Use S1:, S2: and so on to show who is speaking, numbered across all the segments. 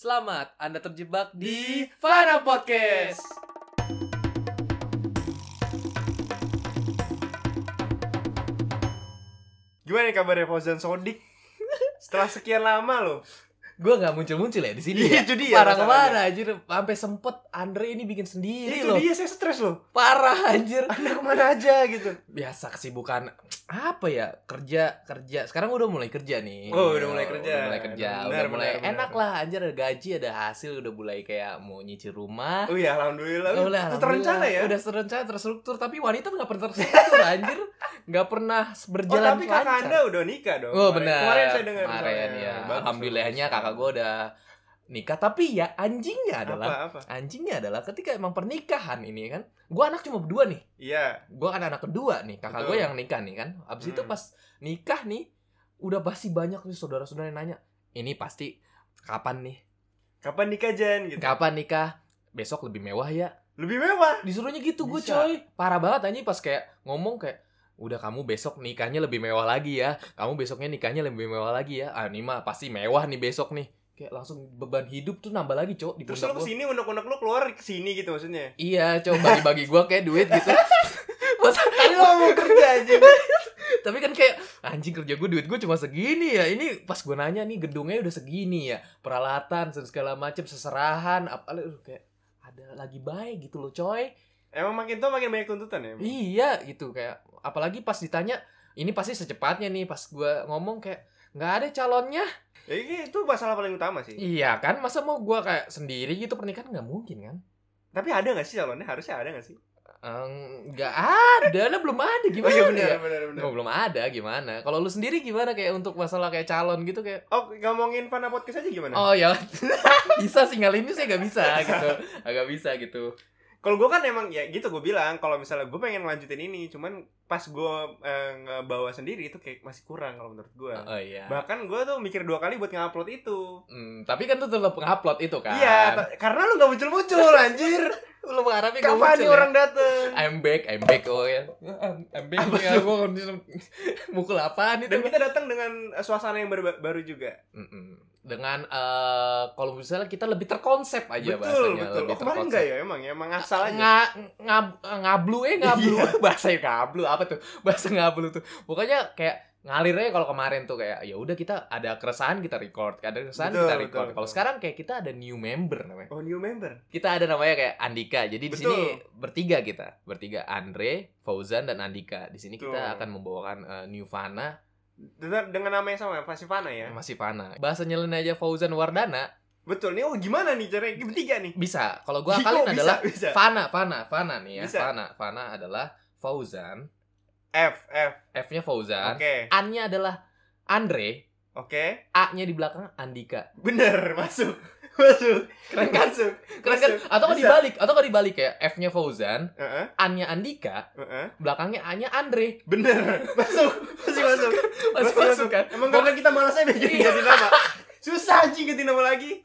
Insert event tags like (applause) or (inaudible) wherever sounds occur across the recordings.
S1: Selamat, Anda terjebak di...
S2: Fana Podcast. Gimana nih kabarnya Fauzan Sodik? Setelah sekian lama loh.
S1: Gua nggak muncul-muncul ya di sini. ya.
S2: Iya, itu dia
S1: Parah
S2: masalahnya.
S1: kemana anjir. Sampai sempet Andre ini bikin sendiri
S2: itu
S1: loh.
S2: dia saya stres loh.
S1: Parah anjir.
S2: Anda kemana aja gitu?
S1: Biasa kesibukan apa ya? Kerja, kerja. Sekarang udah mulai kerja nih.
S2: Oh, udah mulai kerja.
S1: Udah mulai kerja.
S2: Benar,
S1: udah
S2: benar,
S1: mulai
S2: benar.
S1: enak lah anjir ada gaji, ada hasil, udah mulai kayak mau nyicil rumah.
S2: Oh iya,
S1: Ya
S2: alhamdulillah.
S1: Udah,
S2: Itu
S1: alhamdulillah.
S2: terencana ya.
S1: Udah terencana, terstruktur. Tapi wanita nggak pernah terstruktur, (laughs) anjir. Nggak pernah
S2: oh,
S1: berjalan
S2: tapi kakak
S1: lancar.
S2: Anda udah nikah dong.
S1: Oh
S2: kemarin.
S1: benar.
S2: Kemarin saya dengar.
S1: Kemarin
S2: soalnya.
S1: ya.
S2: Bagus,
S1: Alhamdulillahnya
S2: bagus.
S1: kakak gue udah nikah. Tapi ya anjingnya adalah
S2: apa apa?
S1: anjingnya adalah ketika emang pernikahan ini kan, gue anak cuma berdua nih.
S2: Iya.
S1: Gue kan anak kedua nih. Kakak gue
S2: Betul.
S1: yang nikah nih kan. Abis itu
S2: Hmm.
S1: pas nikah nih, udah pasti banyak nih saudara-saudara yang nanya. Ini pasti kapan nih?
S2: Kapan nikah Jan gitu?
S1: Kapan nikah? Besok lebih mewah ya.
S2: Lebih mewah.
S1: disuruhnya gitu gue
S2: Bisa.
S1: coy parah banget anjing pas kayak ngomong kayak udah kamu besok nikahnya lebih mewah lagi ya kamu besoknya nikahnya lebih mewah lagi ya ah ini mah pasti mewah nih besok nih kayak langsung beban hidup tuh nambah lagi cowok di
S2: Terus
S1: pundak
S2: lu
S1: gua.
S2: kesini unek-unek lu keluar kesini gitu maksudnya.
S1: iya cowok bagi bagi gue kayak duit
S2: (laughs)
S1: gitu Masa-
S2: Tadi lo mau kerja aja.
S1: tapi kan kayak anjing kerja gue duit gue cuma segini ya ini pas gue nanya nih gedungnya udah segini ya peralatan segala macem seserahan apa aduh, kayak ada lagi baik gitu loh coy
S2: Emang makin tua makin banyak tuntutan ya? emang?
S1: Iya gitu kayak apalagi pas ditanya ini pasti secepatnya nih pas gua ngomong kayak nggak ada calonnya
S2: Ya, ini- itu masalah paling utama sih.
S1: iya kan masa mau gua kayak sendiri gitu pernikahan nggak mungkin kan
S2: Tapi ada gak sih calonnya? Harusnya ada gak sih?
S1: Em, nggak ada lah belum ada gimana
S2: iya,
S1: ya?
S2: benar
S1: Oh, belum ada gimana kalau lu sendiri gimana kayak untuk masalah kayak calon gitu kayak
S2: Oh, ngomongin Fana Podcast aja gimana?
S1: oh ya (laughs) bisa sih kali ini saya nggak bisa gitu agak bisa gitu
S2: Kalau gue kan emang ya gitu gue bilang kalau misalnya gue pengen lanjutin ini, cuman pas gue eh, ngebawa sendiri itu kayak masih kurang kalau menurut gue.
S1: oh iya
S2: Bahkan gue tuh mikir dua kali buat nge-upload itu.
S1: Hmm, tapi kan tuh tetap ngupload itu kan
S2: Iya, ta- karena lu gak
S1: (laughs)
S2: muncul-muncul anjir.
S1: lu mengharapin nggak
S2: Kapan
S1: muncul
S2: nih
S1: ya?
S2: orang dateng?
S1: I'm back, I'm back oh ya. I'm I'm back
S2: Apa
S1: ya gua kondisi- mukul apaan
S2: Dan
S1: itu?
S2: kita datang dengan eh, suasana yang baru, baru juga.
S1: Mm-mm. Dengan eh kalau misalnya kita lebih terkonsep aja Iya,
S2: betul,
S1: bahasanya,
S2: betul.
S1: lebih
S2: Oh, kemarin enggak ya emang, ya? emang ngasal aja.
S1: Nga, ngab- ngablu eh ngablu (laughs) bahasa ngablu apa tuh bahasa ngablu tuh pokoknya kayak ngalirnya kalau kemarin tuh kayak ya udah kita ada keresahan kita record ada keresahan
S2: Betul,
S1: kita
S2: betul,
S1: record
S2: betul.
S1: kalau sekarang kayak kita ada new member namanya
S2: Oh, new member.
S1: kita ada namanya kayak Andika. Jadi di
S2: Betul.
S1: sini bertiga kita, bertiga Andre, Fauzan dan Andika. Di sini kita
S2: Betul.
S1: akan membawakan eh, New Fana Eh,
S2: Dengan, dengan nama yang sama, pasti Fana ya.
S1: masih Fana. Bahasa nyelen aja Fauzan Wardana
S2: Betul nih, oh gimana nih caranya? Bertiga nih.
S1: bisa. Kalau gua
S2: Ih,
S1: akalin
S2: kok bisa,
S1: adalah
S2: bisa.
S1: Fana, Fana, Fana nih ya.
S2: Bisa.
S1: Fana, Fana adalah Fauzan,
S2: F, F.
S1: F-nya
S2: Oke,
S1: Fauzan, An-nya adalah Andre,
S2: oke.
S1: A-nya di belakang
S2: (laughs)
S1: Andika.
S2: Bener, masuk. Masuk.
S1: Keren kan?
S2: Masuk.
S1: Keren kan?
S2: Bisa,
S1: Atau kan
S2: bisa.
S1: dibalik, atau kan dibalik ya. F-nya Fauzan,
S2: Heeh,
S1: An-nya Andika,
S2: heeh.
S1: belakangnya A-nya Andre.
S2: Bener. Masuk. Masih masuk.
S1: Masuk masuk kan? Iya.
S2: Emang karena kita malas aja bikin ganti nama. Susah anjing ganti nama lagi.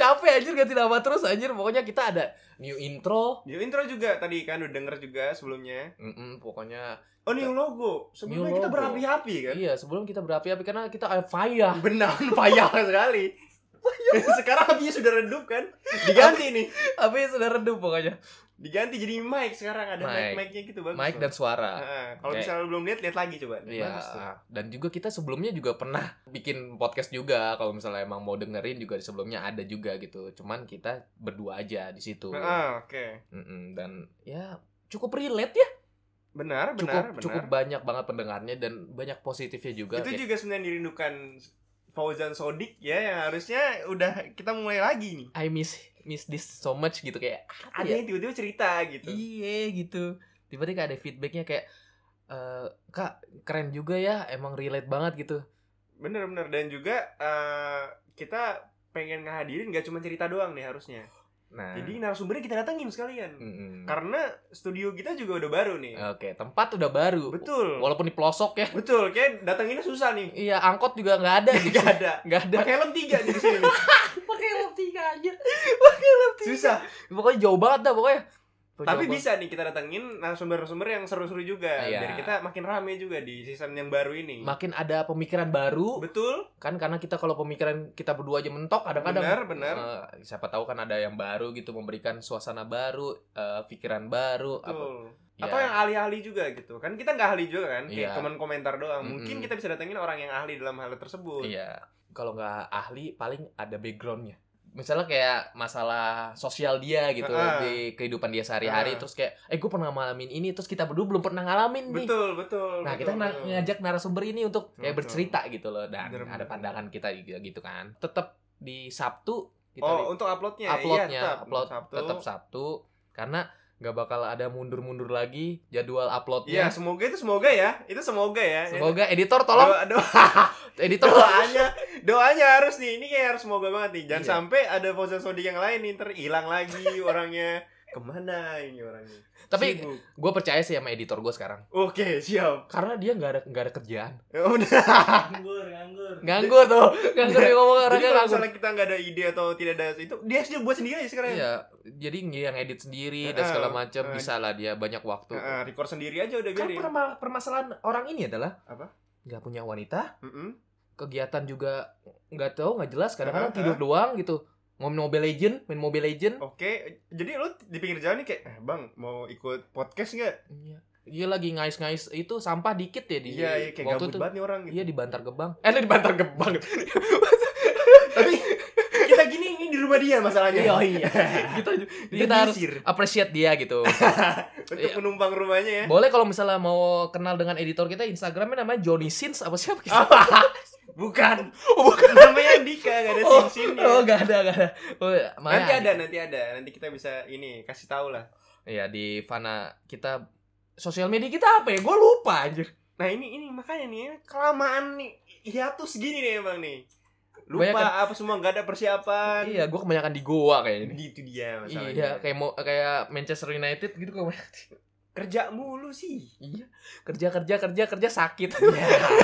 S1: capek anjir ganti nama terus anjir pokoknya kita ada new intro
S2: New intro juga tadi kan udah denger juga sebelumnya.
S1: Mm-mm, pokoknya
S2: Oh, new logo.
S1: New
S2: Sebelumnya kita
S1: logo.
S2: berapi-api kan.
S1: iya sebelum kita berapi-api karena kita on fire
S2: Benar, (laughs) payah sekali. Sekarang apinya sudah redup
S1: (laughs)
S2: kan? Diganti nih.
S1: (laughs) tapi sudah redup pokoknya
S2: Diganti jadi mic sekarang ada
S1: Mic.
S2: mic-mic-nya gitu bagus.
S1: mic dan
S2: loh.
S1: suara
S2: Heeh. Kalau
S1: Kayak-
S2: misalnya lu belum lihat, lihat lagi coba.
S1: Iya,
S2: Bagus tuh.
S1: dan juga kita sebelumnya juga pernah bikin podcast juga. Kalau misalnya emang mau dengerin juga di sebelumnya ada juga gitu. Cuman kita berdua aja di situ.
S2: Heeh, oke.
S1: Mm-mm, Dan ya cukup relate ya.
S2: Benar,
S1: Cukup
S2: benar, benar.
S1: cukup banyak banget pendengarnya dan banyak positifnya juga.
S2: itu
S1: Kayak,
S2: juga sebenarnya yang dirindukan Fauzan Sodik ya yang harusnya udah kita mulai lagi nih
S1: I miss miss this so much gitu kayak. apa
S2: ada
S1: ya?
S2: yang tiba-tiba cerita gitu
S1: Iya gitu. Tiba-tiba ada feedbacknya kayak eh kak keren juga ya, emang relate banget gitu.
S2: bener-bener dan juga eh, kita pengen ngehadirin gak cuma cerita doang nih harusnya
S1: Nah, Hmm.
S2: jadi narasumbernya kita datengin sekalian
S1: mm-mm.
S2: karena studio kita juga udah baru nih
S1: oke tempat udah baru.
S2: betul
S1: Walaupun di pelosok ya.
S2: betul kayak datanginnya susah nih
S1: Iya angkot juga nggak
S2: (laughs)
S1: ada gitu.
S2: gak ada
S1: Nggak ada.
S2: pakai helm tiga nih di sini
S1: Pakai lem tiga aja.
S2: susah
S1: Pokoknya jauh banget dah pokoknya.
S2: Tapi bisa nih kita datengin narasumber-narasumber yang seru-seru juga
S1: Iya.
S2: biar kita makin rame juga di season yang baru ini.
S1: makin ada pemikiran baru
S2: Betul?
S1: kan karena kita kalau pemikiran kita berdua aja mentok kadang-kadang
S2: Benar, benar.
S1: Eh, siapa tahu kan ada yang baru gitu memberikan suasana baru eh, pikiran baru apa-
S2: Betul. Atau
S1: Ya.
S2: yang ahli-ahli juga gitu. Kan kita nggak ahli juga kan,
S1: Iya.
S2: kayak cuman komentar doang.
S1: Mm-mm.
S2: Mungkin kita bisa datengin orang yang ahli dalam hal tersebut.
S1: Iya, kalau nggak ahli paling ada backgroundnya. Misalnya kayak masalah sosial dia gitu
S2: Heeh.
S1: di kehidupan dia sehari-hari,
S2: Heeh.
S1: terus kayak, eh gue pernah ngalamin ini, terus kita berdua belum pernah ngalamin nih.
S2: Betul, betul.
S1: Nah
S2: betul,
S1: kita na-
S2: betul.
S1: ngajak narasumber ini untuk kayak
S2: Betul.
S1: bercerita gitu loh dan
S2: Bener,
S1: ada
S2: bener.
S1: pandangan kita juga gitu kan. Tetap di Sabtu kita re-
S2: Oh, untuk uploadnya. Iya,
S1: uploadnya
S2: tetap.
S1: upload
S2: Sabtu.
S1: tetap Sabtu karena nggak bakal ada mundur-mundur lagi jadwal
S2: Iya,
S1: uploadnya.
S2: semoga itu semoga ya. Itu semoga ya.
S1: Semoga editor
S2: Tolong
S1: tolong, editor
S2: doanya doanya harus nih ini kayak harus semoga banget nih jangan
S1: Iya.
S2: sampai ada Fauzan Sodik yang lain nih ntar hilang lagi orangnya kemana ini orangnya
S1: Tapi
S2: Sibuk.
S1: gue percaya sih sama editor gue sekarang.
S2: oke siap
S1: Karena dia nggak ada nggak ada kerjaan.
S2: Ya udah
S3: nganggur nganggur
S1: Nganggur (laughs) tuh. Nganggur dia ngomong
S2: jadi
S1: orangnya
S2: kalau
S1: nganggur.
S2: misalnya kita nggak ada ide atau tidak ada itu dia sendiri buat sendiri aja sekarang
S1: Iya, jadi yang edit sendiri dan
S2: Heeh,
S1: segala macam
S2: heeh.
S1: bisa lah dia banyak waktu.
S2: Heeh, record sendiri aja udah
S1: Kan
S2: biarin
S1: perma- permasalahan orang ini adalah
S2: Apa?
S1: Nggak punya wanita,
S2: Mm-mm.
S1: kegiatan juga nggak tahu nggak jelas. Kadang-kadang
S2: Heeh, Oh.
S1: tidur doang gitu. Ngomong Mobile Legend, main Mobile Legend.
S2: Oke, jadi lu di pinggir jalan nih kayak, eh bang mau ikut podcast nggak?
S1: Iya. Dia lagi ngais-ngais itu sampah dikit ya di
S2: Iya, iya kayak
S1: waktu
S2: gabut
S1: itu.
S2: banget nih orang gitu.
S1: Iya di Bantar Gebang. Eh di Bantar Gebang.
S2: Tapi (laughs) kita gini ini di rumah dia
S1: (laughs)
S2: masalahnya.
S1: Iya, iya. (laughs)
S2: (laughs)
S1: kita kita harus appreciate dia gitu. (laughs)
S2: untuk
S1: Iya.
S2: penumpang rumahnya ya.
S1: Boleh kalau misalnya mau kenal dengan editor kita Instagramnya namanya Johnny Sins apa siapa gitu.
S2: (laughs) Bukan.
S1: Oh,
S2: bukan. Namanya Andika, gak ada
S1: Oh,
S2: sin
S1: (laughs) Oh nggak ada nggak ada. Oh, makanya
S2: nanti ada, nanti ada. Nanti kita bisa ini kasih tahu lah.
S1: Iya di Fana kita sosial media kita apa ya? Gue lupa anjir.
S2: Nah, ini ini makanya nih kelamaan nih hiatus gini nih emang nih. Lupa
S1: Banyak kan?
S2: apa semua nggak ada persiapan.
S1: Iya, gue kebanyakan di Goa kayaknya.
S2: Ini itu dia masalahnya.
S1: Iya, kayak mau kayak Manchester United gitu kok. (laughs)
S2: Kerja mulu sih.
S1: Iya, kerja kerja kerja kerja sakit. (laughs)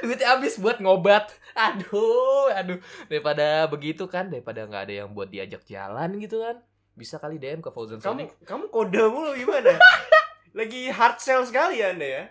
S1: Duitnya habis buat ngobat. Aduh, aduh. Daripada begitu kan, daripada nggak ada yang buat diajak jalan gitu kan. Bisa kali DM ke Fauzan
S2: Kamu
S1: Sonic.
S2: kamu kode mulu gimana? Lagi hard sell sekali ya Anda ya.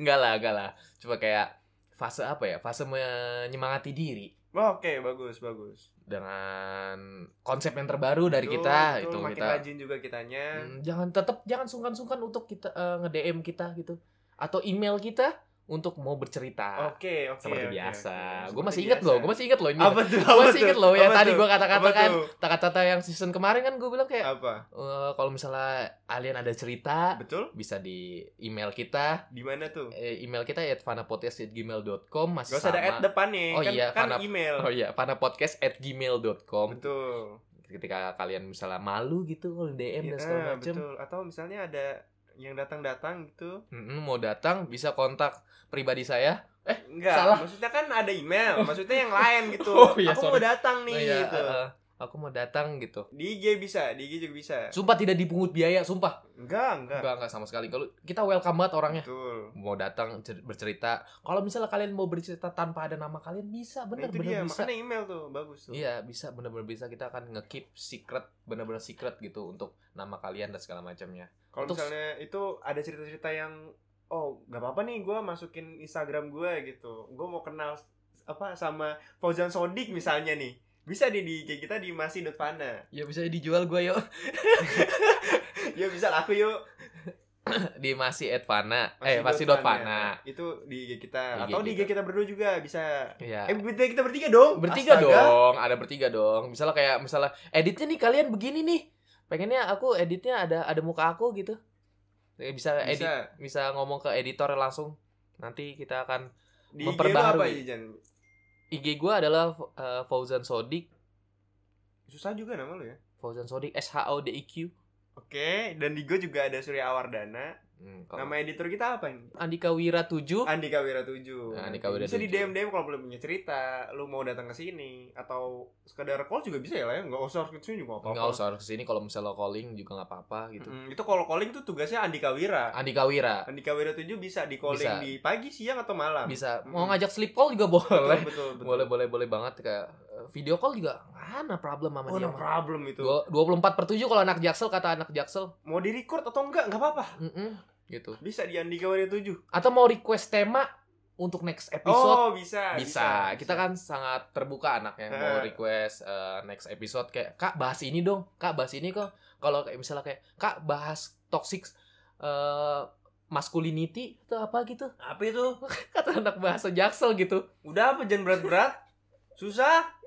S1: Enggak lah, enggak lah. Cuma kayak fase apa ya? Fase menyemangati diri.
S2: Wah, Oh, Oke, bagus, bagus.
S1: dengan konsep yang terbaru dari
S2: Betul,
S1: kita
S2: betul.
S1: itu
S2: makin
S1: kita
S2: rajin juga kitanya.
S1: Hmm, jangan tetap jangan sungkan-sungkan untuk kita eh, nge-DM kita gitu atau email kita untuk mau bercerita
S2: Oh, Oke,
S1: Hmm.
S2: oke.
S1: seperti
S2: oke,
S1: biasa.
S2: oke.
S1: Gue
S2: Seperti
S1: masih inget
S2: biasa.
S1: loh, gue masih inget loh ini.
S2: apa tuh?
S1: Gue masih inget loh yang
S2: Apa
S1: tadi kan.
S2: tuh?
S1: gue
S2: Apa
S1: kata-katakan
S2: tuh?
S1: kata-kata yang season kemarin kan gue bilang kayak
S2: apa?
S1: "Eh, kalau misalnya kalian ada cerita
S2: Betul?
S1: bisa di email kita
S2: Di mana tuh?
S1: Eh, email kita at fanapodcast@gmail.com masih
S2: Gak usah ada
S1: sama
S2: ad depannya,
S1: Oh
S2: kan,
S1: iya,
S2: kan
S1: Fanap.
S2: email.
S1: oh iya fanapodcast@gmail.com
S2: Betul.
S1: ketika kalian misalnya malu gitu kalau DM dan
S2: Iya,
S1: segala macem
S2: betul. Atau misalnya ada yang datang-datang gitu.
S1: Mm-mm, mau datang bisa kontak pribadi saya
S2: Enggak,
S1: Salah.
S2: maksudnya kan ada email, maksudnya yang lain gitu.
S1: (laughs) Oh, iya,
S2: aku
S1: sorry.
S2: mau datang nih
S1: Oh iya,
S2: gitu.
S1: eh, eh, aku mau datang gitu
S2: Di IG bisa, di IG juga bisa.
S1: sumpah tidak dipungut biaya sumpah
S2: Enggak, enggak.
S1: enggak enggak sama sekali kalau kita welcome banget orangnya
S2: Betul.
S1: mau datang cer- bercerita kalau misalnya kalian mau bercerita tanpa ada nama kalian bisa
S2: Nah,
S1: bener
S2: itu dia,
S1: bener bisa
S2: makanya email tuh bagus tuh.
S1: iya bisa bener-bener bisa kita akan ngekeep secret bener-bener secret gitu untuk nama kalian dan segala macamnya
S2: Kalau
S1: Untuk-
S2: misalnya itu ada cerita-cerita yang oh nggak apa-apa nih gue masukin Instagram gue gitu, gue mau kenal apa sama Fauzan Sodik misalnya nih, bisa di di IG kita di masih.fana
S1: ya bisa dijual gue yuk (laughs)
S2: ya bisa laku yuk
S1: di masih at fana eh masih dot fana
S2: itu di IG
S1: IG
S2: kita atau di IG
S1: kita.
S2: kita berdua juga bisa
S1: Iya.
S2: eh bertiga kita bertiga dong
S1: bertiga
S2: Astaga.
S1: dong ada bertiga dong misalnya kayak misalnya editnya nih kalian begini nih pengennya aku editnya ada ada muka aku gitu Eh, bisa edit
S2: bisa
S1: bisa ngomong ke editor langsung nanti kita akan
S2: di IG lu
S1: memperbarui.
S2: apa ya Jan
S1: IG gua adalah eh, Fauzan Sodik
S2: susah juga nama lu ya
S1: Fauzan Sodik S H O D I Q
S2: Oke, dan di gue juga ada Surya Awardana.
S1: hmm, kalau-
S2: Nama editor kita apa ini?
S1: Andika Wira 7
S2: Andika Wira 7.
S1: Nah, Andika Wira
S2: bisa di
S1: 7.
S2: DM DM kalau belum punya cerita, lu mau datang ke sini atau sekedar call juga bisa ya lah ya, enggak usah harus ke sini juga apa-apa.
S1: nggak usah harus kesini kalau misalnya calling juga nggak apa-apa gitu
S2: Mm, itu kalau calling tuh tugasnya Andika Wira.
S1: Andika Wira
S2: Andika Wira 7 bisa di calling
S1: Bisa.
S2: di pagi, siang atau malam.
S1: bisa
S2: Mm.
S1: mau ngajak sleep call juga
S2: Betul,
S1: boleh
S2: betul, betul.
S1: boleh boleh boleh banget kayak eh, video call juga mana problem sama
S2: Oh,
S1: dia
S2: no
S1: mah.
S2: problem itu.
S1: Dua- 24 per 7 kalau anak jaksel kata anak jaksel
S2: Mau di record atau enggak enggak apa-apa.
S1: Mm-mm, gitu
S2: Bisa di Andika Warrior 7.
S1: atau mau request tema untuk next episode
S2: Oh, bisa.
S1: bisa. kita
S2: bisa.
S1: kan sangat terbuka anaknya mau
S2: Eh.
S1: request eh, next episode kayak kak bahas ini dong kak bahas ini kok kalau kayak misalnya kayak kak bahas toxic eh, masculinity itu apa gitu (laughs)
S2: Apa itu?
S1: kata anak bahasa jaksel gitu
S2: Udah apa jangan berat-berat. Susah.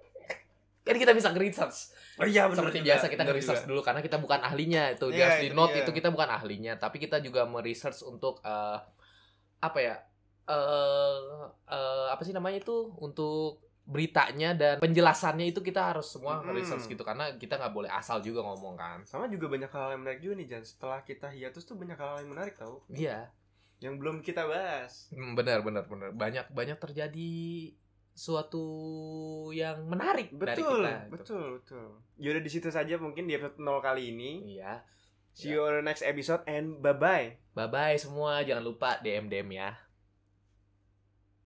S1: kan kita bisa research
S2: Oh iya bener
S1: seperti
S2: juga,
S1: biasa kita
S2: bener
S1: research
S2: juga.
S1: dulu karena kita bukan ahlinya itu di
S2: Iya,
S1: harus di
S2: itu
S1: note
S2: dia.
S1: itu kita bukan ahlinya tapi kita juga meresearch untuk eh, apa ya eh eh, apa sih namanya itu untuk beritanya dan penjelasannya itu kita harus semua
S2: Mm-mm.
S1: research gitu karena kita nggak boleh asal juga ngomong kan
S2: Sama juga banyak hal yang menarik juga nih Jan. Setelah kita hiatus tuh banyak hal yang menarik tau.
S1: iya
S2: Yang belum kita bahas.
S1: Hmm, benar benar benar banyak banyak terjadi suatu yang menarik dari kita
S2: Betul,
S1: gitu.
S2: betul, betul. Yaudah di situ saja mungkin di episode 0 kali ini.
S1: iya
S2: See you on the next episode and bye-bye.
S1: bye bye semua jangan lupa dm dm ya